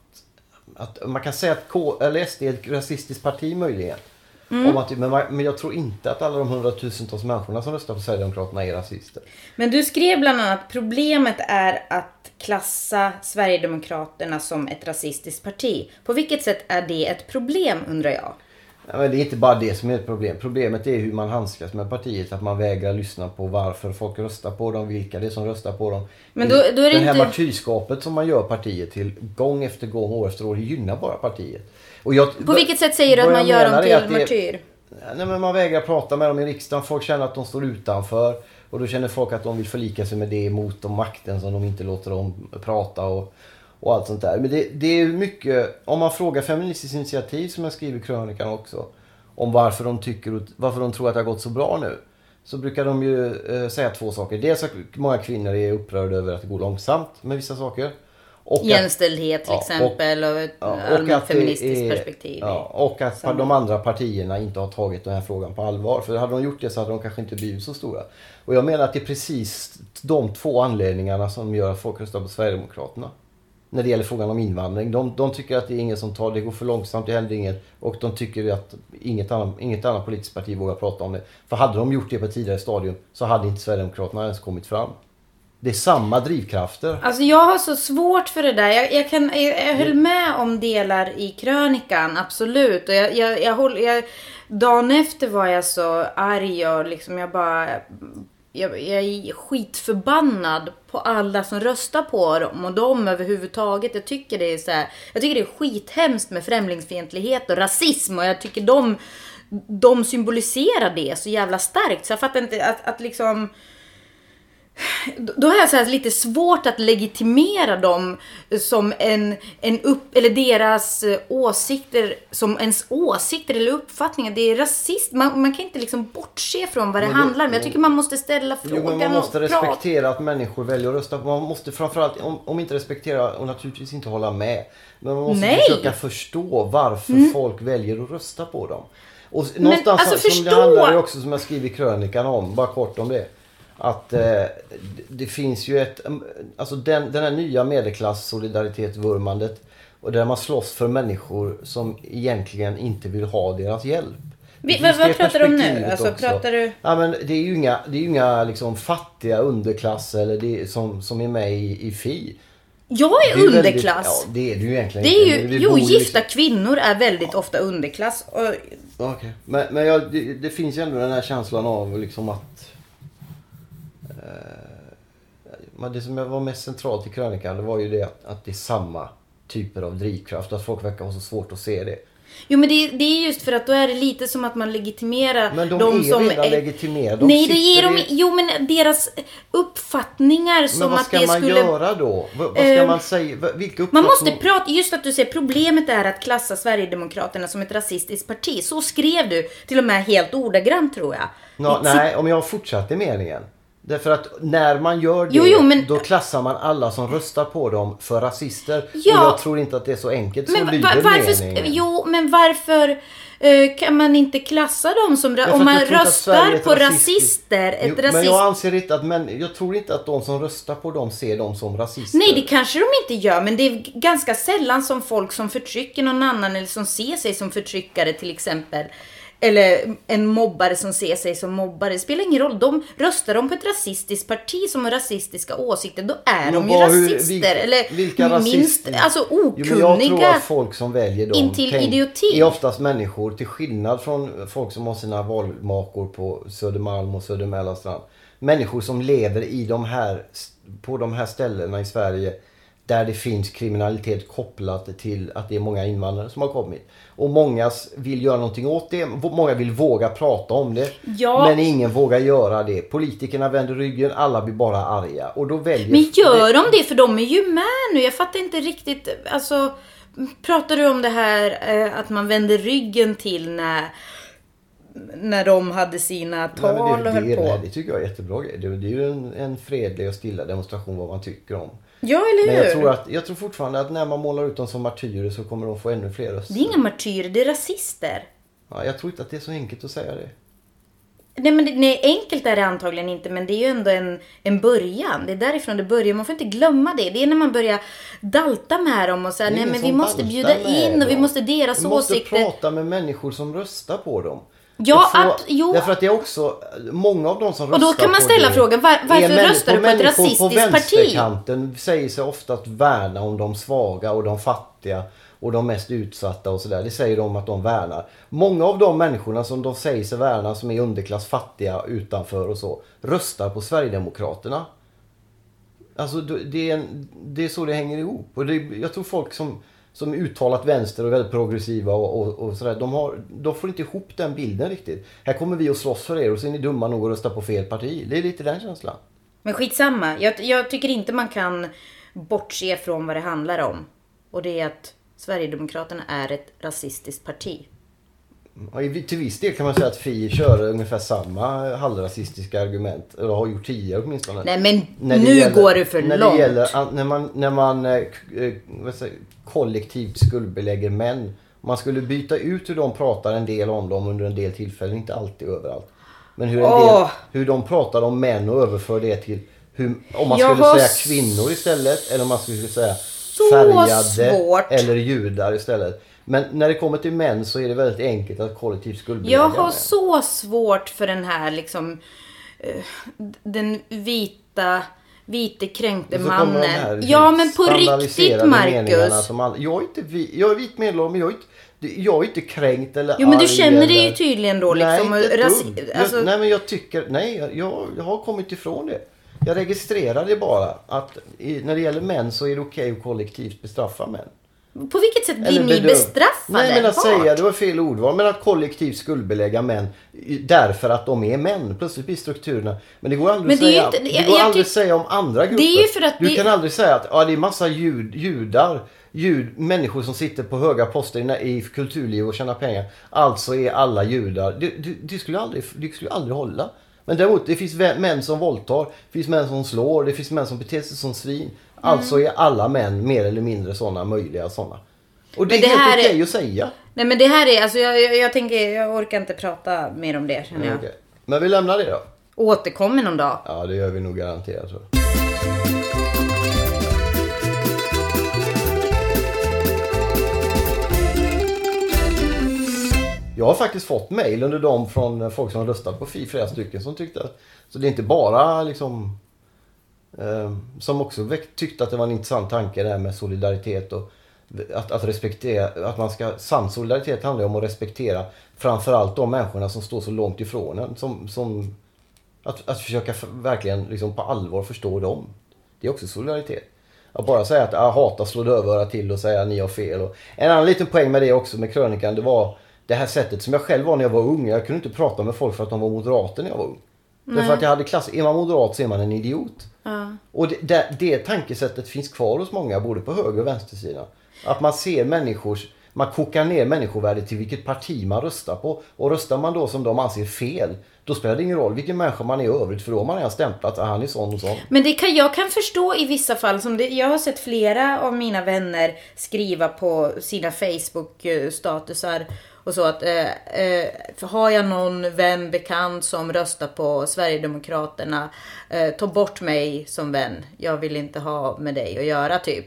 S2: att man kan säga att K, eller SD är ett rasistiskt parti möjligen. Om att, men, man- men jag tror inte att alla de hundratusentals människorna som röstar på Sverigedemokraterna är rasister.
S1: Men du skrev bland annat problemet är att klassa Sverigedemokraterna som ett rasistiskt parti. På vilket sätt är det ett problem undrar jag?
S2: Ja, men det är inte bara det som är ett problem. Problemet är hur man handskas med partiet. Att man vägrar lyssna på varför folk röstar på dem, vilka det är som röstar på dem.
S1: Men då- då är det
S2: det här
S1: inte-
S2: martyrskapet som man gör partiet till gång efter gång, år efter år, gynnar bara partiet. Och jag,
S1: På vilket sätt säger du att
S2: vad
S1: man
S2: jag
S1: gör dem
S2: menar är att
S1: till
S2: det är-
S1: martyr?
S2: Nej, men man vägrar prata med dem i riksdagen. Folk känner att de står utanför. Och då känner folk att de vill förlika sig med det mot och makten som de inte låter dem prata och, och allt sånt där. Men det, det är mycket, om man frågar Feministiskt initiativ som jag skriver i krönikan också. Om varför de, tycker, och- varför de tror att det har gått så bra nu. Så brukar de ju eh, säga två saker. Dels att många kvinnor är upprörda över att det går långsamt med vissa saker. Och att-
S1: Jämställdhet till
S2: Ja, och-
S1: exempel och ett
S2: Ja,
S1: allmänt
S2: det
S1: feministiskt
S2: är-
S1: perspektiv.
S2: Ja, och att de andra partierna inte har tagit den här frågan på allvar. För hade de gjort det så hade de kanske inte blivit så stora. Och jag menar att det är precis de två anledningarna som gör att folk röstar på Sverigedemokraterna. När det gäller frågan om invandring. De, de tycker att det är ingen som tar det, går för långsamt, det händer inget. Och de tycker att inget annat, inget annat politiskt parti vågar prata om det. För hade de gjort det på ett tidigare stadium så hade inte Sverigedemokraterna ens kommit fram. Det är samma drivkrafter.
S1: Alltså jag har så svårt för det där. Jag, jag, kan, jag, jag höll med om delar i krönikan, absolut. Och jag, jag, jag håll, jag, dagen efter var jag så arg och liksom jag bara jag, jag är skitförbannad på alla som röstar på dem och dem överhuvudtaget. Jag tycker det är så här, jag tycker det är skithemskt med främlingsfientlighet och rasism och jag tycker de, de symboliserar det så jävla starkt. Så jag fattar inte att, att liksom då då har jag så här lite svårt att legitimera dem som en, en upp, eller deras eh, åsikter, som ens åsikter eller uppfattningar. Det är rasism. Man, man kan inte liksom bortse från vad det
S2: Men då-
S1: handlar om. Jag tycker man måste ställa
S2: Jo,
S1: frågan
S2: men man måste
S1: och prata.
S2: respektera att människor väljer att rösta. Man måste framförallt, om, om inte respektera och naturligtvis inte hålla med. Men man måste
S1: Nej. Mm.
S2: försöka förstå varför folk väljer att rösta på dem. Och s-
S1: Men,
S2: någonstans
S1: alltså,
S2: som det
S1: förstå-
S2: handlar ju också som jag skriver i krönikan om, bara kort om det. Att eh, det- det finns ju ett, em, alltså den, den här nya medelklass-solidaritet-vurmandet. Och där man slåss för människor som egentligen inte vill ha deras hjälp.
S1: Vi-
S2: Det finns
S1: vad-
S2: det
S1: vad pratar du om nu?
S2: perspektivet
S1: Alltså,
S2: också.
S1: pratar du-
S2: Ja, men det är ju inga, det är ju inga liksom, fattiga underklass eller det, som, som är med i, i FI.
S1: Jag är,
S2: Det ju väldigt-
S1: underklass.
S2: ja, det är du ju egentligen
S1: det är
S2: inte.
S1: ju,
S2: Vi
S1: jo,
S2: bor ju
S1: gifta kvinnor är väldigt ofta underklass. Och,
S2: Liksom, Okej. Men, men jag, det, det finns ju ändå den här känslan av liksom att... Eh, men det som var mest centralt i krönikan det var ju det att, att det är samma typer av drivkraft. Att folk verkar ha så svårt att se det.
S1: Jo men det, det är just för att då är det lite som att man legitimerar
S2: Men de är
S1: som
S2: redan legitimerade. De
S1: nej, det är
S2: sitter
S1: de
S2: i-
S1: Jo men deras uppfattningar
S2: Men
S1: som
S2: vad
S1: att
S2: ska
S1: det
S2: man
S1: skulle...
S2: göra då? Vad, vad ska
S1: Ehm,
S2: man säga? Va- Vilka
S1: Man måste
S2: uppfattning-
S1: prata, just att du säger problemet är att klassa Sverigedemokraterna som ett rasistiskt parti. Så skrev du till och med helt ordagrant tror jag.
S2: Nå,
S1: Ditt
S2: nej, om jag fortsatte meningen. Därför att när man gör det,
S1: Jo, jo, men-
S2: då klassar man alla som röstar på dem för rasister.
S1: Ja.
S2: Och jag tror inte att det är så enkelt
S1: Men
S2: som
S1: va-
S2: lyder
S1: va- varför,
S2: meningen.
S1: jo, men varför eh, kan man inte klassa dem som... ra-
S2: Därför
S1: Om
S2: att
S1: man
S2: jag tror inte att Sverige är
S1: röstar
S2: ett
S1: på
S2: rasistiskt-
S1: rasister, ett
S2: Jo, Men
S1: rasist...
S2: jag anser inte att, men jag tror inte att de som röstar på dem ser dem som rasister.
S1: Nej, det kanske de inte gör, men det är g- ganska sällan som folk som förtrycker någon annan eller som ser sig som förtryckare till exempel. Eller en mobbare som ser sig som mobbare. Det spelar ingen roll. De röstar de på ett rasistiskt parti som har rasistiska åsikter, då är
S2: Men
S1: de ju
S2: vad- hur-
S1: rasister.
S2: vilka-
S1: eller
S2: vilka
S1: minst,
S2: rasister?
S1: alltså
S2: Jo, men jag tror
S1: okunniga.
S2: att folk som väljer dem
S1: intill idioti.
S2: är oftast människor till skillnad från folk som har sina valmakor på Södermalm och Södermellanstrand. Människor som lever i de här, på de här ställena i Sverige där det finns kriminalitet kopplat till att det är många invandrare som har kommit. Och många s- vill göra någonting åt det. V- Många vill våga prata om det.
S1: Ja.
S2: Men ingen vågar göra det. Politikerna vänder ryggen. Alla blir bara arga. Och då väljer...
S1: Men gör de det? För de är ju med nu. Jag fattar inte riktigt. Alltså, pratar du om det här eh, att man vänder ryggen till när, när de hade sina
S2: Nej,
S1: tal
S2: men
S1: och höll
S2: det, det,
S1: på?
S2: nej, det tycker jag är jättebra grej. Det, det är ju en, en fredlig och stilla demonstration vad man tycker om.
S1: Ja, eller hur?
S2: Men jag tror, att, jag tror fortfarande att när man målar ut dem som martyrer så kommer de få ännu fler röster.
S1: Det är inga martyrer, det är rasister.
S2: Ja, jag tror inte att det är så enkelt att säga det.
S1: Nej, men det, nej, enkelt är det antagligen inte, men det är ju ändå en, en början. Det är därifrån det börjar. Man får inte glömma det. Det är när man börjar dalta med dem och säga
S2: Det
S1: nej,
S2: är ingen
S1: men
S2: som
S1: vi måste
S2: daltar
S1: bjuda
S2: med
S1: in och vi
S2: dem.
S1: måste deras
S2: Vi måste
S1: åsikter.
S2: prata med människor som röstar på dem.
S1: Ja,
S2: Och få-
S1: att- jo.
S2: Därför att det är också många av de som
S1: Och
S2: röstar
S1: då kan man
S2: på
S1: ställa
S2: det
S1: frågan, var-
S2: är
S1: varför
S2: män-
S1: röstar du på ett
S2: människor
S1: rasistiskt
S2: på
S1: parti?
S2: vänsterkanten säger sig ofta att värna om de svaga och de fattiga och de mest utsatta och sådär. Det säger de att de värnar. Många av de människorna som de säger sig värna som är underklass, fattiga, utanför och så röstar på Sverigedemokraterna. Alltså då- det är, en, det är så det hänger ihop. Och det, jag tror folk som, som är uttalat vänster och väldigt progressiva och, och, och sådär. De, har, de får inte ihop den bilden riktigt. Här kommer vi och slåss för er och så är ni dumma nog att rösta på fel parti. Det är lite den känslan.
S1: Men skitsamma. Jag, jag tycker inte man kan bortse från vad det handlar om. Och det är att Sverigedemokraterna är ett rasistiskt parti.
S2: Och i- till viss del kan man säga att Fi kör ungefär samma halvrasistiska argument. Eller har gjort tidigare åtminstone.
S1: Nej men
S2: När det
S1: nu
S2: gäller-
S1: går du för
S2: när
S1: långt.
S2: Det gäller, an- när man, när man eh, k- eh, vad säger, kollektivt skuldbelägger män. Man skulle byta ut hur de pratar en del om dem under en del tillfällen, inte alltid överallt. Men hur, en del,
S1: Åh.
S2: hur de pratar om män och överför det till hur, om man
S1: Jag
S2: skulle
S1: har
S2: säga
S1: s-
S2: kvinnor istället eller om man skulle säga färgade
S1: svårt.
S2: eller judar istället. Men när det kommer till män så är det väldigt enkelt att kollektivt skuldbelägga
S1: Jag har
S2: män.
S1: så svårt för den här liksom eh, den vita vite kränkte
S2: Och så kommer de här liksom
S1: mannen. Ja men på riktigt
S2: standardiserade meningarna
S1: Marcus.
S2: Som alla, jag, är inte, vi- jag är vit medlem, men jag är inte, det- jag är inte kränkt eller
S1: Jo men du
S2: arg
S1: känner dig
S2: eller-
S1: ju tydligen då liksom.
S2: Nej, inte
S1: och
S2: ett
S1: ras-
S2: dugg.
S1: alltså,
S2: jag, nej men jag tycker, nej jag- jag, jag har kommit ifrån det. Jag registrerar det bara att i, när det gäller män så är det okej att kollektivt bestraffa män.
S1: På vilket sätt blir
S2: Eller
S1: ni
S2: bedöm-
S1: bestraffade?
S2: Nej men att
S1: Vart?
S2: säga, det var fel ordval, men att kollektivt skuldbelägga män i- därför att de är män. Plötsligt blir strukturerna. Men det går aldrig
S1: Men
S2: att
S1: det är ju
S2: säga,
S1: inte-
S2: det
S1: jag-
S2: går
S1: jag
S2: aldrig
S1: tyck-
S2: säga om andra grupper.
S1: ju för att
S2: du
S1: det-
S2: kan aldrig säga att ja, det är massa jud, judar, jud, människor som sitter på höga poster i, na- i kulturliv och tjänar pengar. Alltså är alla judar. Det, det, det, skulle, aldrig, det skulle aldrig hålla. Men däremot, det finns vä- män som våldtar, det finns män som slår, det finns män som beter sig som svin. Alltså
S1: Mm.
S2: är alla män mer eller mindre sådana möjliga sådana. Och det är
S1: Men det
S2: helt
S1: här är-
S2: okej att säga.
S1: Nej men det här är, alltså jag, jag, jag tänker, jag orkar inte prata mer om det känner jag.
S2: Mm, Okej. Men vi lämnar det då.
S1: Återkommer någon dag.
S2: Ja, det gör vi nog garanterat tror jag. Jag har faktiskt fått mejl under dem från folk som har röstat på Fi, flera stycken som tyckte att... Så det är inte bara liksom... Eh, som också väckt, tyckte att det var en intressant tanke det här med solidaritet och att, att respektera, att man ska... Sann solidaritet handlar ju om att respektera framförallt de människorna som står så långt ifrån en. Som, som, att, att försöka f- verkligen liksom på allvar förstå dem. Det är också solidaritet. Att bara säga att ah, hata, slå dövörat till och säga ni har fel. Och... En annan liten poäng med det också med krönikan det var det här sättet som jag själv var när jag var ung. Jag kunde inte prata med folk för att de var moderater när jag var ung. Därför att jag hade klass. Är man moderat så är man en idiot. Och det, det, det tankesättet finns kvar hos många både på höger och vänstersidan. Att man ser människors man kokar ner människovärdet till vilket parti man röstar på. Och röstar man då som de anser fel, då spelar det ingen roll vilken människa man är i övrigt för då har man redan stämplat att han är sån och sån.
S1: Men det kan, jag kan förstå i vissa fall, som det, jag har sett flera av mina vänner skriva på sina Facebook-statusar och så att eh, eh, för har jag någon vän bekant som röstar på Sverigedemokraterna, eh, ta bort mig som vän. Jag vill inte ha med dig att göra typ.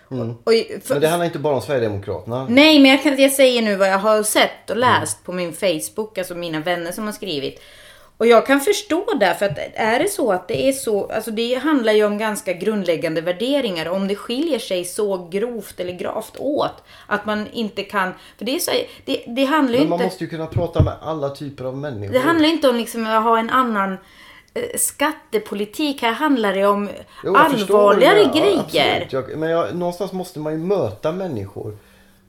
S1: Och, och, för,
S2: Mm. Men det handlar inte bara om Sverigedemokraterna.
S1: Nej, men jag, kan, jag säger nu vad jag har sett och läst på min Facebook, alltså mina vänner som har skrivit. Och jag kan förstå det, för att är det så att det är så, alltså det handlar ju om ganska grundläggande värderingar. Om det skiljer sig så grovt eller gravt åt att man inte kan, för det är så, det, det handlar ju
S2: Men man
S1: inte...
S2: måste ju kunna prata med alla typer av människor.
S1: Det handlar inte om liksom att ha en annan eh, skattepolitik. Här handlar det om
S2: Jo, jag förstår vad du
S1: allvarligare
S2: menar. Ja,
S1: grejer.
S2: absolut. jag, men jag, någonstans måste man ju möta människor.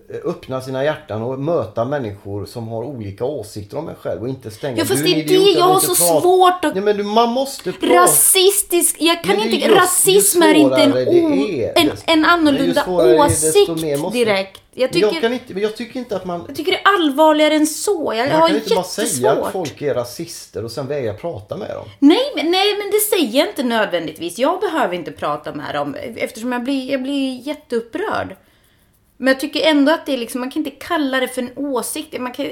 S2: Eh, Öppna sina hjärtan och möta människor som har olika åsikter om en själv och inte stänga.
S1: Ja, fast
S2: Du är en
S1: det är det
S2: idiot,
S1: jag
S2: vill
S1: har
S2: inte
S1: så svårt att-
S2: Nej, men du, man måste prata.
S1: Rasistisk, jag kan
S2: Men det är
S1: inte,
S2: just- ju
S1: rasism är inte en,
S2: svårare
S1: o,
S2: det är,
S1: en,
S2: desto-
S1: en
S2: men ju
S1: annorlunda
S2: svårare det är, desto mer
S1: åsikt
S2: måste-
S1: direkt. Jag
S2: Men
S1: tycker,
S2: jag,
S1: jag,
S2: kan inte, men jag tycker inte att man...
S1: tycker det är allvarligare än så. Jag,
S2: Man
S1: har
S2: kan inte bara säga att
S1: jättesvårt.
S2: folk är rasister och sen vägra prata med dem.
S1: Nej, men, nej, men det säger jag inte nödvändigtvis. Jag behöver inte prata med dem eftersom jag blir, jag blir jätteupprörd. Men jag tycker ändå att det är liksom, man kan inte kalla det för en åsikt. Man kan,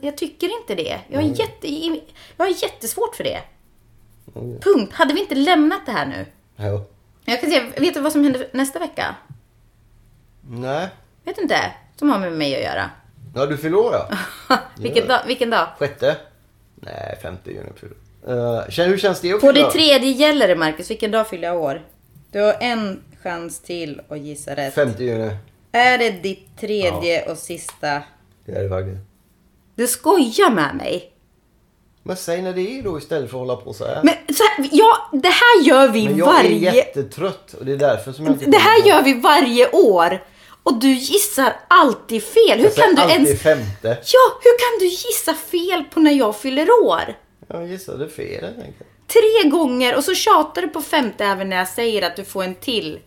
S1: jag tycker inte det. Jag har, jätte, jag har jättesvårt för det. Punkt. Hade vi inte lämnat det här nu?
S2: Ja.
S1: Jag kan säga, vet du vad som händer nästa vecka?
S2: Nej.
S1: Vet du inte? Som har med mig att göra.
S2: Ja, du fyller år ja.
S1: Vilken dag? Vilken dag?
S2: Sjätte? Nej, femte juni fyller uh, Hur känns det att
S1: På
S2: fylla
S1: det
S2: år?
S1: tredje gäller det Marcus. Vilken dag fyller jag år? Du har en chans till att gissa rätt.
S2: Femte juni.
S1: Är det ditt tredje och sista?
S2: Det är det faktiskt.
S1: Du skojar med mig?
S2: Men säg när det är då istället för att hålla på så här.
S1: Men så här, ja, det här gör vi
S2: Men jag är
S1: varje...
S2: jättetrött och det är därför som jag inte
S1: Det här
S2: kommer ihåg.
S1: gör vi varje år. Och du gissar alltid fel. Hur
S2: Jag säger
S1: kan du
S2: alltid
S1: ens...
S2: femte.
S1: Ja, hur kan du gissa fel på när jag fyller år?
S2: Jag gissade fel helt enkelt.
S1: Tre gånger och så tjatar du på femte även när jag säger att du får en till.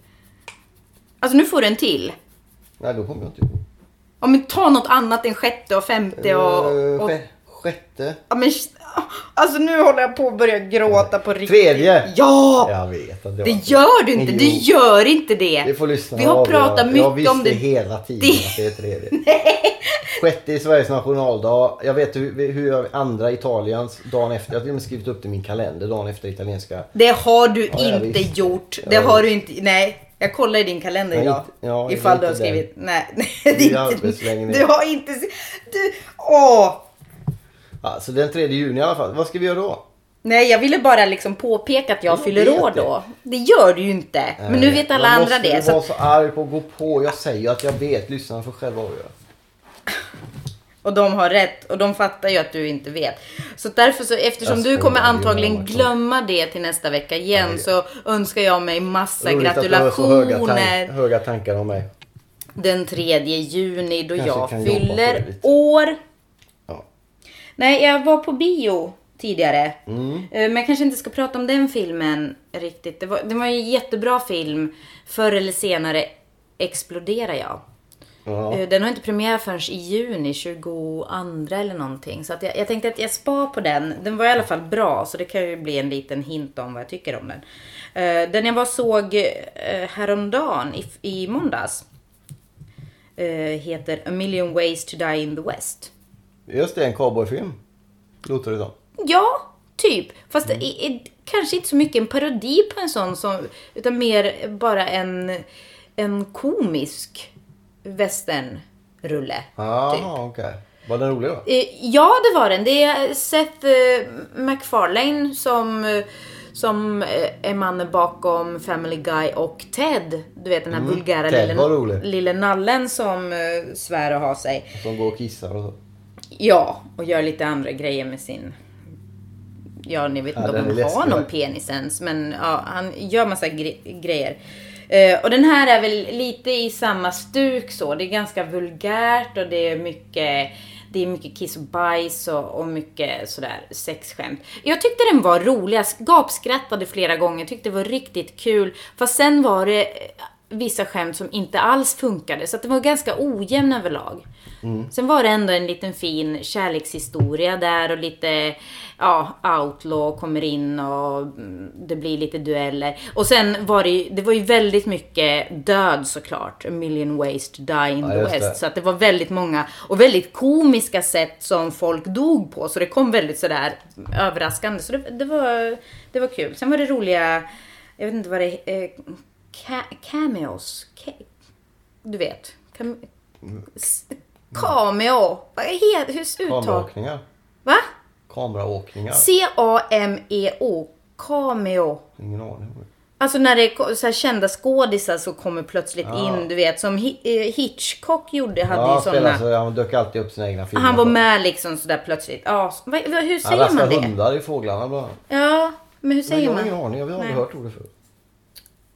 S1: Alltså nu får du en till.
S2: Nej, då kommer jag inte ihåg.
S1: Ja men ta något annat än sjätte och femte och...
S2: Eh,
S1: och
S2: sj- Sjätte.
S1: ja, men, alltså nu håller jag på att börja gråta på riktigt.
S2: Tredje.
S1: Ja!
S2: Jag vet att det
S1: Det
S2: var-
S1: gör du inte.
S2: Jo.
S1: Du gör inte det.
S2: Vi får lyssna
S1: Vi har
S2: och avgöra.
S1: pratat
S2: Jag
S1: mycket
S2: visste
S1: om det.
S2: hela tiden
S1: Det-
S2: att det är tredje. Sjätte i Sveriges nationaldag. Jag vet hur, hur jag andra Italiens dagen efter. Jag har till och med skrivit upp det i min kalender dagen efter italienska.
S1: Det har du
S2: Ja, jag
S1: inte
S2: visste.
S1: gjort.
S2: Ja,
S1: Det
S2: jag
S1: har du inte. Nej. Jag kollar i din kalender
S2: Nej,
S1: idag.
S2: inte- ja, det
S1: ifall
S2: är
S1: du har
S2: inte den.
S1: skrivit. Nej.
S2: Det är
S1: inte-
S2: arbetslängden.
S1: du har inte... Du, åh!
S2: Ja, så den 3 juni i alla fall. Vad ska vi göra då?
S1: Nej, jag ville bara liksom påpeka att jag
S2: Jag
S1: fyller
S2: vet
S1: år
S2: det.
S1: då. Det gör du ju inte. Men nu vet alla
S2: Eh, jag
S1: andra
S2: måste
S1: det.
S2: Jag
S1: Så
S2: var så arg på att gå på. Jag säger ju att jag vet. Lyssnarna får själva avgöra.
S1: Och de har rätt och de fattar ju att du inte vet. Så därför så, eftersom
S2: Jag
S1: du
S2: skojar,
S1: kommer
S2: Johan
S1: antagligen
S2: Martinsson.
S1: glömma det till nästa vecka igen
S2: Nej.
S1: så önskar jag mig massa
S2: Roligt att du har så höga, tank,
S1: gratulationer
S2: höga tankar om mig.
S1: den 3 juni då
S2: Kanske
S1: jag
S2: kan jobba på det
S1: fyller
S2: lite.
S1: år.
S2: Ja.
S1: Nej, jag var på bio tidigare. Eh, Men jag kanske inte ska prata om den filmen riktigt. Det var, det var ju en jättebra film. Förr eller senare exploderar jag.
S2: Ja.
S1: Eh, Den har inte premiär förrän i juni, 22 eller någonting. Så att jag, jag tänkte att jag spar på den. Den var i alla fall bra, så det kan ju bli en liten hint om vad jag tycker om den. Eh, Den jag var såg eh, häromdagen, i, i måndags, eh, heter A Million Ways to Die in the West.
S2: Just det, en cowboyfilm. Låter det som.
S1: Ja, typ. Fast det är, är kanske inte så mycket en parodi på en sån som, utan mer bara en, en komisk westernrulle.
S2: Ah,
S1: typ.
S2: okej. Var den rolig då?
S1: Eh, Ja, det var den. Det är Seth eh, MacFarlane som, eh, som eh, är mannen bakom Family Guy och Ted. Du vet den här vulgära
S2: Ted var
S1: lille,
S2: rolig.
S1: lille nallen som eh, svär och har sig.
S2: Som går och kissar och så.
S1: Ja, och gör lite andra grejer med sin... Ja, ni vet
S2: Ja,
S1: inte
S2: den
S1: om
S2: är
S1: hon
S2: läskig,
S1: har någon
S2: va?
S1: penis ens, men ja, han gör massa gre- grejer. Eh, och den här är väl lite i samma stuk så. Det är ganska vulgärt och det är mycket, det är mycket kiss och bajs och, och mycket sådär sexskämt. Jag tyckte den var rolig. Jag gapskrattade flera gånger. Jag tyckte det var riktigt kul. Fast sen var det eh, vissa skämt som inte alls funkade. Så att det var ganska ojämn överlag. Sen var det ändå en liten fin kärlekshistoria där och lite ja, outlaw kommer in och mm, det blir lite dueller. Och sen var det ju, det var ju väldigt mycket död såklart. A million ways to die in
S2: Ja,
S1: the
S2: just
S1: west.
S2: det.
S1: Så att det var väldigt många och väldigt komiska sätt som folk dog på. Så det kom väldigt sådär överraskande. Så det, det, var, det var kul. Sen var det roliga, jag vet inte vad det eh, ca- cameos. Ca- du vet. Cam, s- cameo. Vad är det? Hur uttal?
S2: Kameraåkningar.
S1: Va?
S2: Kameraåkningar.
S1: C-A-M-E-O. E Cameo.
S2: Ingen aning.
S1: Alltså när det är ko- så här kända skådisar så kommer plötsligt
S2: Ja.
S1: in, du vet som Hi- eh, Hitchcock gjorde, hade
S2: Ja,
S1: ju
S2: han, spelade,
S1: sådana.
S2: så, han dök alltid upp sina egna filmer.
S1: Han var med liksom sådär plötsligt. Ja, s- vad- vad- hur
S2: Han
S1: säger man
S2: rastade
S1: det?
S2: hundar i fåglarna bland annat.
S1: Ja, men hur
S2: Nej,
S1: säger
S2: jag har
S1: man?
S2: ingen aning. Jag har aldrig
S1: Nej.
S2: hört ordet förut.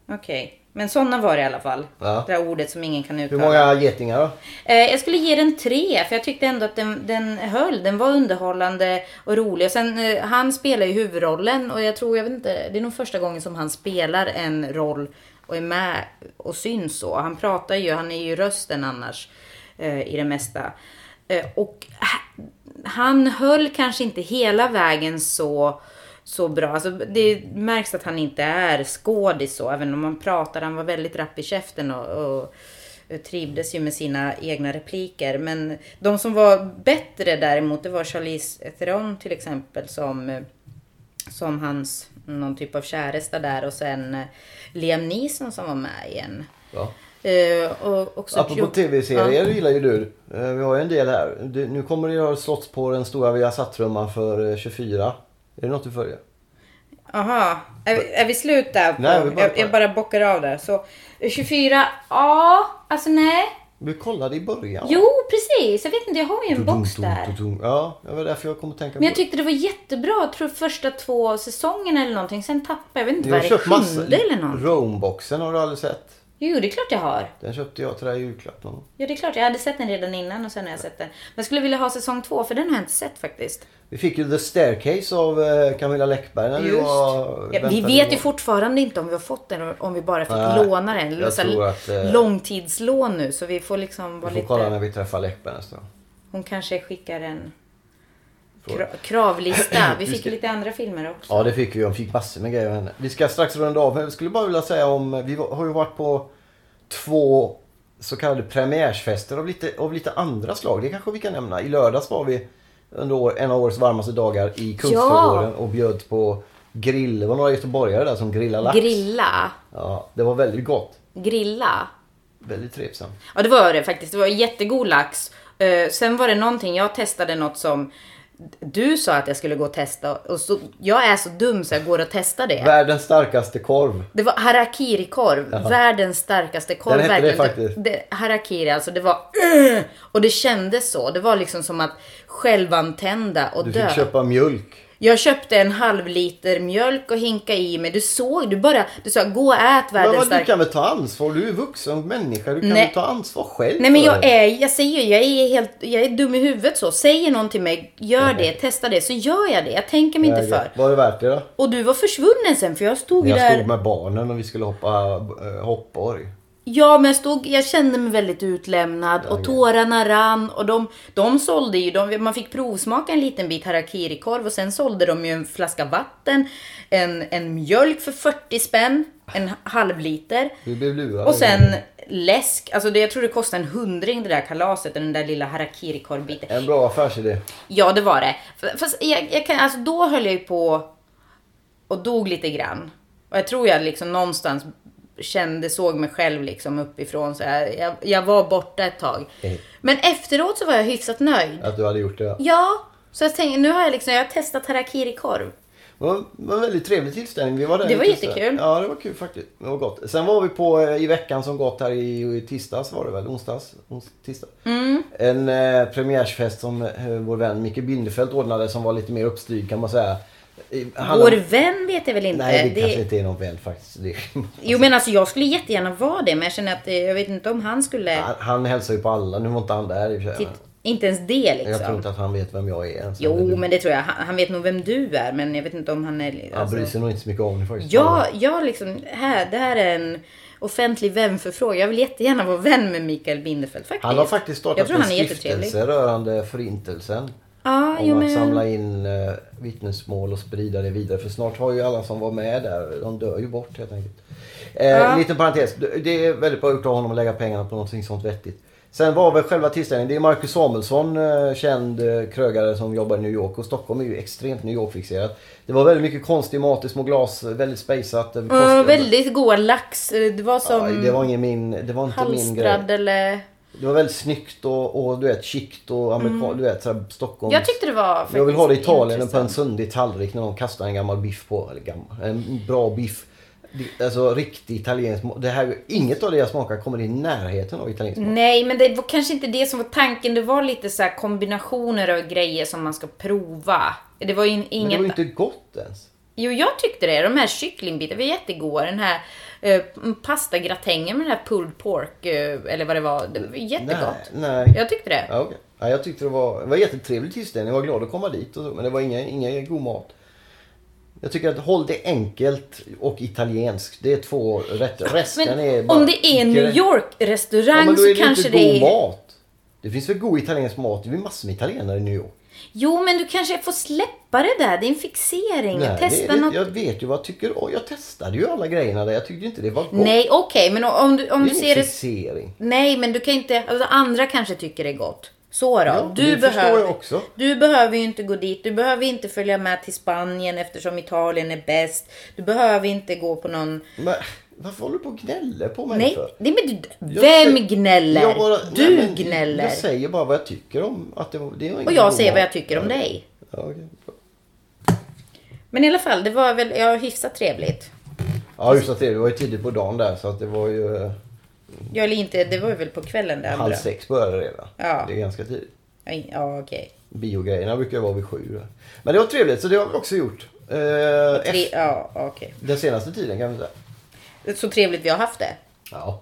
S1: Okej, men sådana var det i alla fall.
S2: Ja.
S1: Det där ordet som ingen kan
S2: Hur
S1: uttala.
S2: många getingar då?
S1: Eh, jag skulle ge den tre, för jag tyckte ändå att den, den höll. Den var underhållande och rolig. Och sen, eh, han spelar ju huvudrollen och jag tror, jag vet inte, det är nog första gången som han spelar en roll och är med och syns så. Han pratar ju, han är ju rösten annars eh, i det mesta. Eh, och h- han höll kanske inte hela vägen så så bra. Alltså, det märks att han inte är skådis så, även om han pratar. Han var väldigt rapp i käften och, och trivdes ju med sina egna repliker. Men de som var bättre däremot, det var Charlize Theron till exempel som, som hans någon typ av käresta där och sen eh, Liam Neeson som var med igen.
S2: Ja.
S1: Eh, och också
S2: Apropå tv-serier gillar ju du. Eh, Vi har ju en del här. Du, nu kommer det ju ha slåtts på den stora Viasat-trumman för eh, 24. Är det något du följer?
S1: Aha, är, vi- är vi slut där? På?
S2: Nej, vi bara-
S1: jag, jag bara bockar av där. Så 24, ja, alltså nej.
S2: Vi kollade i början.
S1: Jo, precis. Jag vet inte, jag har ju en box där.
S2: Tudum, Ja, det var därför jag kom att tänka
S1: Men jag
S2: på det.
S1: tyckte det var jättebra, jag tror första två säsongerna eller någonting. Sen tappade jag, vet inte
S2: Jag
S1: vad
S2: har
S1: det
S2: köpt massa.
S1: sjunde eller något.
S2: Rome-boxen har du aldrig sett.
S1: Jo, det är klart jag har.
S2: Den köpte jag till dig i julklapp någon gång.
S1: Ja, det är klart. Jag hade sett den redan innan och sen har jag sett den. Men jag skulle vilja ha säsong två, för den har jag inte sett faktiskt.
S2: Vi fick ju The Staircase av eh, Camilla Läckberg när vi var...
S1: Ja, vi
S2: väntade
S1: vet ju
S2: på-
S1: fortfarande inte om vi har fått den om vi bara fick
S2: Nej,
S1: låna den. Det
S2: jag
S1: är så här
S2: tror att, eh,
S1: Långtidslån nu, så vi får liksom vara
S2: Vi får
S1: lite...
S2: kolla när vi träffar Läckberg nästa gång.
S1: Hon kanske skickar en
S2: Fråga.
S1: kra- kravlista. Vi
S2: Vi
S1: fick
S2: ska-
S1: ju lite andra filmer också.
S2: Ja det fick vi. Jag fick massor med grejer av henne. Vi ska strax runda av. Men jag skulle bara vilja säga om... eh, Vi har ju varit på två så kallade premiärsfester av lite, av lite andra slag. Det kanske vi kan nämna. I lördags var vi under år- en av årets varmaste dagar i Kungsträdgården och bjöd på grill. Det var några göteborgare där som grillade lax.
S1: Grilla.
S2: Ja, det var väldigt gott.
S1: Grilla.
S2: Väldigt trivsamt.
S1: Ja det var det faktiskt. Det var jättegod lax. Eh, sen var det någonting, jag testade något som Du sa att jag skulle gå och testa och så, jag är så dum så jag går och testar det.
S2: Världens starkaste korv.
S1: Det var harakiri-korv. Världens starkaste korv.
S2: Den hette det
S1: verkligen.
S2: faktiskt.
S1: Det, harakiri alltså, det var och det kändes så. Det var liksom som att självantända och
S2: Du
S1: dö.
S2: fick köpa mjölk.
S1: Jag köpte en halv liter mjölk och hinka i mig. Du såg, du bara, du sa gå och ät världens
S2: Men vad, du
S1: starkaste.
S2: kan väl ta ansvar? Du är vuxen människa. Du kan
S1: Nej.
S2: väl ta ansvar själv
S1: Nej men
S2: för
S1: jag
S2: det?
S1: är, jag säger ju, jag är helt, jag är dum i huvudet så. Säger någon till mig, gör det, testa det, så gör jag det. Jag tänker mig inte för.
S2: Var det värt det då?
S1: Och du var försvunnen sen för jag stod ju
S2: Jag
S1: där.
S2: stod med barnen och vi skulle hoppa eh, hoppborg.
S1: Ja, men jag, stod, jag kände mig väldigt utlämnad och tårarna rann och de, de sålde ju, de, man fick provsmaka en liten bit harakirikorv och sen sålde de ju en flaska vatten, en, en mjölk för 40 spänn, en halv liter
S2: Vi blev lurade.
S1: och sen läsk. Alltså det, jag tror det kostade en hundring det där kalaset, den där lilla harakirikorvbiten.
S2: En bra affärsidé.
S1: Ja, det var det. F- Fast jag, jag kan, alltså, då höll jag ju på och dog lite grann. Och jag tror jag liksom någonstans kände, såg mig själv liksom uppifrån. Så jag, jag, jag var borta ett tag.
S2: Mm.
S1: Men efteråt så var jag hyfsat nöjd.
S2: Att du hade gjort det.
S1: Ja, så jag tänkte, nu har jag liksom, jag har testat harakiri-korv.
S2: Det var, var en väldigt trevlig tillställning. Vi var där
S1: Det var
S2: i tisdags.
S1: jättekul.
S2: Ja, det var kul faktiskt. Det var gott. Sen var vi på eh, i veckan som gått här i, i tisdags var det väl? Onsdags? Ons, tisdag.
S1: Mm.
S2: En eh, premiärsfest som eh, vår vän Micke Bindefeld ordnade som var lite mer uppstyrd kan man säga. I- han-
S1: Vår vän vet jag väl inte.
S2: Nej, det,
S1: Eh, Det-
S2: kanske inte är någon vän faktiskt. Det,
S1: Jo men alltså jag skulle jättegärna vara det men jag känner att eh, jag vet inte om han skulle...
S2: han, han hälsar ju på alla. Nu var inte han där i och för sig.
S1: Titt, inte ens det
S2: men Jag tror
S1: liksom.
S2: inte att han vet vem jag är ens. Eller-
S1: Jo men det tror jag. Han, han vet nog vem du är men jag vet inte om han är...
S2: Han bryr
S1: alltså-
S2: sig nog inte så mycket om det faktiskt.
S1: Ja, jag liksom, här, det här är en offentlig vänförfrågan. Jag vill jättegärna vara vän med Mikael Bindefeld faktiskt.
S2: Han har faktiskt
S1: Jag
S2: startat
S1: tror
S2: en
S1: han är jättetrevlig.
S2: stiftelse rörande förintelsen.
S1: Ja, jo
S2: Om att
S1: men.
S2: samla in eh, vittnesmål och sprida det vidare. För snart har ju alla som var med där, de dör ju bort helt enkelt. Eh, Liten parentes. Det är väldigt bra gjort av honom att lägga pengarna på någonting sånt vettigt. Sen var väl själva tillställningen, det är Marcus Samuelsson, eh, känd eh, krögare som jobbar i New York och Stockholm är ju extremt New York-fixerat. Det var väldigt mycket konstig mat i små glas, väldigt spejsat. eh,
S1: Ja,
S2: konstiga-
S1: väldigt goda lax. Det var
S2: Ja,
S1: som
S2: det var ingen min, det var inte min grej.
S1: halstrad eller...
S2: Det var väldigt snyggt och, och du vet chict och amerikan, du vet såhär Stockholm.
S1: Mm. Jag tyckte det var faktiskt
S2: Jag vill ha det i Italien på en
S1: intressant.
S2: söndig tallrik när de kastar en gammal biff på. Eller gammal, en bra biff. Det- Alltså riktig italiensk mat. Det här, inget av det jag smakar kommer i närheten av italiensk mat.
S1: Nej, men det var kanske inte det som var tanken. Det var lite så här kombinationer av grejer som man ska prova. Det var ju
S2: Men det
S1: inget
S2: var ju inte gott ens.
S1: Jo, jag tyckte det. De här kycklingbitarna var jättegoda. Den här eh, pastagratängen med den här pulled pork, eh, eller vad det var. Det var jättegott.
S2: Nej, nej.
S1: Jag tyckte det.
S2: Ja, okej. ja, jag tyckte det var, det var jättetrevlig tillställning. Jag var glad att komma dit. Och så, men det var ingen, ingen god mat. Jag tycker att håll det enkelt och italienskt. Det är två rätter. Resten
S1: Men
S2: Alltså, är bara
S1: om det är en
S2: gre-
S1: New
S2: Ja,
S1: York-restaurang
S2: men då
S1: så
S2: är det ju
S1: kanske
S2: inte
S1: det är...
S2: god mat. Det finns väl god italiensk mat? Det är ju massor med italienare i New York.
S1: Jo, men du kanske får släppa det där. Det är en fixering.
S2: Nej,
S1: Testa
S2: det,
S1: något.
S2: det, jag vet ju vad jag tycker. Och jag testade ju alla grejerna där. Jag tyckte inte det var gott.
S1: Nej, okej, men om du, om
S2: det
S1: du
S2: är
S1: ser
S2: ingen
S1: det...
S2: fixering.
S1: Nej, men du kan inte... Alltså, andra kanske tycker det är gott. Så då.
S2: Ja,
S1: du
S2: det förstår
S1: behöver,
S2: jag också.
S1: Du behöver ju inte gå dit. Du behöver inte följa med till Spanien eftersom Italien är bäst. Du behöver inte gå på någon...
S2: Men, varför håller du på och gnäller på mig
S1: Nej,
S2: för?
S1: nej men du,
S2: Jag
S1: vem
S2: sä-
S1: gnäller?
S2: Jag bara-
S1: du
S2: nej, men
S1: gnäller.
S2: Jag säger bara vad jag tycker om att det, var- det var ingen
S1: och jag
S2: god
S1: säger vad
S2: mat.
S1: jag tycker om dig.
S2: Ja, okej.
S1: Men i alla fall, det var väl ja, hyfsat trevligt.
S2: ja just att det. Det var ju tidigt på dagen där så att det var ju eh,
S1: Ja, eller inte, det var ju väl på kvällen det
S2: halv
S1: andra.
S2: sex började det redan.
S1: Ja.
S2: Det är ganska tidigt.
S1: Ja, in- ja okej.
S2: Biogrejerna brukar ju vara vid sju. där. Men det var trevligt så det har vi också gjort. Eh,
S1: Tre-
S2: efter-
S1: Ja, okej.
S2: Den senaste tiden kan vi säga.
S1: Så trevligt vi har haft det.
S2: Ja.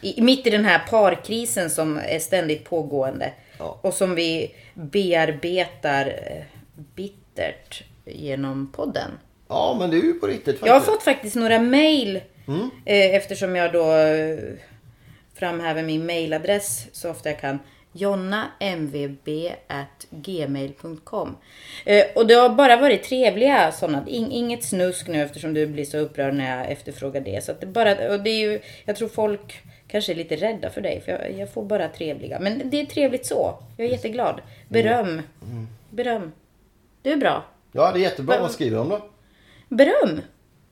S1: I, mitt i den här parkrisen som är ständigt pågående.
S2: Ja.
S1: Och som vi bearbetar eh, bittert genom podden.
S2: ja men det är ju på riktigt faktiskt.
S1: Jag har fått faktiskt några mejl eh, eftersom jag då eh, framhäver min mejladress så ofta jag kan. jonnamvb.gmail.com eh, Och det har bara varit trevliga sådana. In, inget snusk nu eftersom du blir så upprörd när jag efterfrågar det. Så att det bara, och det är ju, jag tror folk kanske är lite rädda för dig för jag, jag får bara trevliga. Men det är trevligt så. Jag är jätteglad. Beröm. Beröm. Du är bra.
S2: Ja, det är jättebra. Vad skriver de då?
S1: Beröm!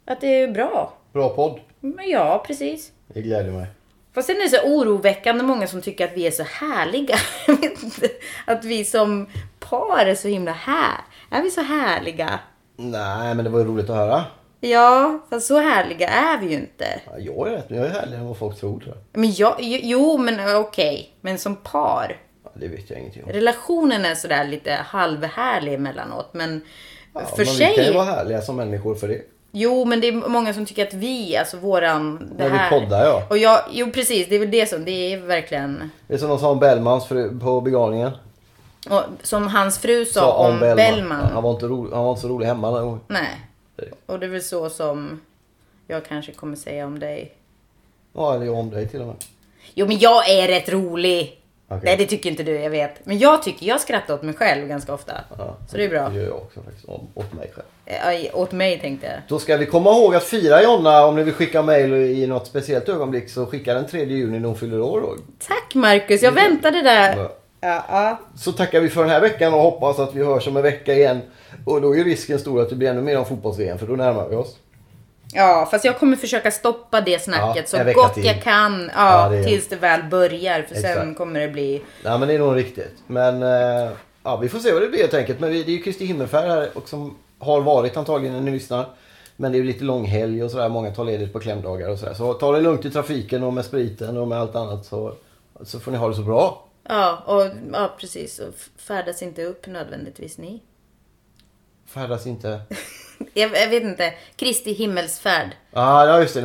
S1: Att det är bra.
S2: Bra podd.
S1: Men ja, precis.
S2: Det gläder mig.
S1: Fast sen är det så oroväckande många som tycker att vi är så härliga. Jag vet inte. att vi som par är så himla här. Är vi så härliga?
S2: Nej, men det var ju roligt att höra.
S1: Ja, fast så härliga är vi ju inte.
S2: Ja, Jag är rätt, jag är härligare än vad folk tror. tror jag.
S1: Men jag, jo- jo, men eh, okej. Men som par.
S2: Ja, det vet jag ingenting om.
S1: Relationen är sådär lite halvhärlig emellanåt. Men för
S2: men
S1: sig.
S2: Vi kan ju vara härliga som människor för det.
S1: Jo, men det är många som tycker att vi, alltså våran... Det
S2: När vi
S1: här.
S2: poddar, ja.
S1: Och jag, jo, precis. Det är väl det som, det är verkligen...
S2: Det är som de sa om Bellmans fru på begravningen.
S1: Och, som hans fru sa,
S2: Sa
S1: om Bellman.
S2: Han, var Typ. inte ro, han var inte så rolig hemma. den gången.
S1: Nej.
S2: Nej.
S1: Och det är väl så som jag kanske kommer säga om dig.
S2: Ja, eller jag om dig till och med.
S1: Jo, men jag är rätt rolig.
S2: Okej.
S1: Nej, det tycker inte du, jag vet. Men jag tycker, jag skrattar åt mig själv ganska ofta.
S2: Ja,
S1: Så det är bra.
S2: Det gör jag också faktiskt. Om, åt mig själv.
S1: Eh, aj, åt mig tänkte jag.
S2: Då ska vi komma ihåg att fira Jonna om ni vill skicka mejl i något speciellt ögonblick så skicka den 3 juni när hon fyller år då.
S1: Tack Marcus, jag väntade där.
S2: Ja.
S1: Ja, ja.
S2: Så tackar vi för den här veckan och hoppas att vi hörs om en vecka igen. Och då är risken stor att det blir ännu mer om fotbolls-VM för då närmar vi oss.
S1: ja, fast jag kommer försöka stoppa det snacket
S2: Ja,
S1: så
S2: en vecka
S1: gott
S2: till.
S1: jag kan.
S2: Ja,
S1: Ja,
S2: det är-
S1: tills det väl börjar. För sen
S2: Exakt.
S1: kommer det bli...
S2: Nej men det är nog riktigt. Men eh, ja, vi får se vad det blir helt enkelt. Men vi, det är ju Kristi himmelfärd här och som har varit antagligen när ni lyssnar. Men det är ju lite lång helg och sådär. Många tar ledigt på klämdagar och sådär. Så ta det lugnt i trafiken och med spriten och med allt annat så, så får ni ha det så bra.
S1: Ja, och, ja precis. Och f- färdas inte upp nödvändigtvis ni.
S2: Färdas inte.
S1: Jag, jag vet inte. Kristi himmelsfärd.
S2: Ah, ja, just det.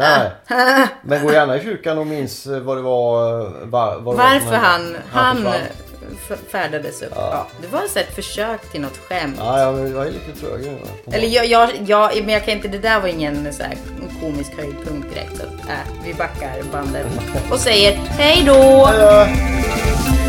S2: Nej. Men gå gärna i kyrkan och minns eh, vad det var... eh, Var, vad det var som
S1: Varför han,
S2: hände.
S1: han
S2: försvann.
S1: f- färdades upp. Ja. Det var så ett försök till något skämt.
S2: Ja, jag, jag är lite trög nu. va?
S1: Eller jag, jag, jag, men jag kan inte, det där var ingen så här komisk höjdpunkt direkt. Så, att, äh, vi backar bandet och säger hej då!
S2: Hej då!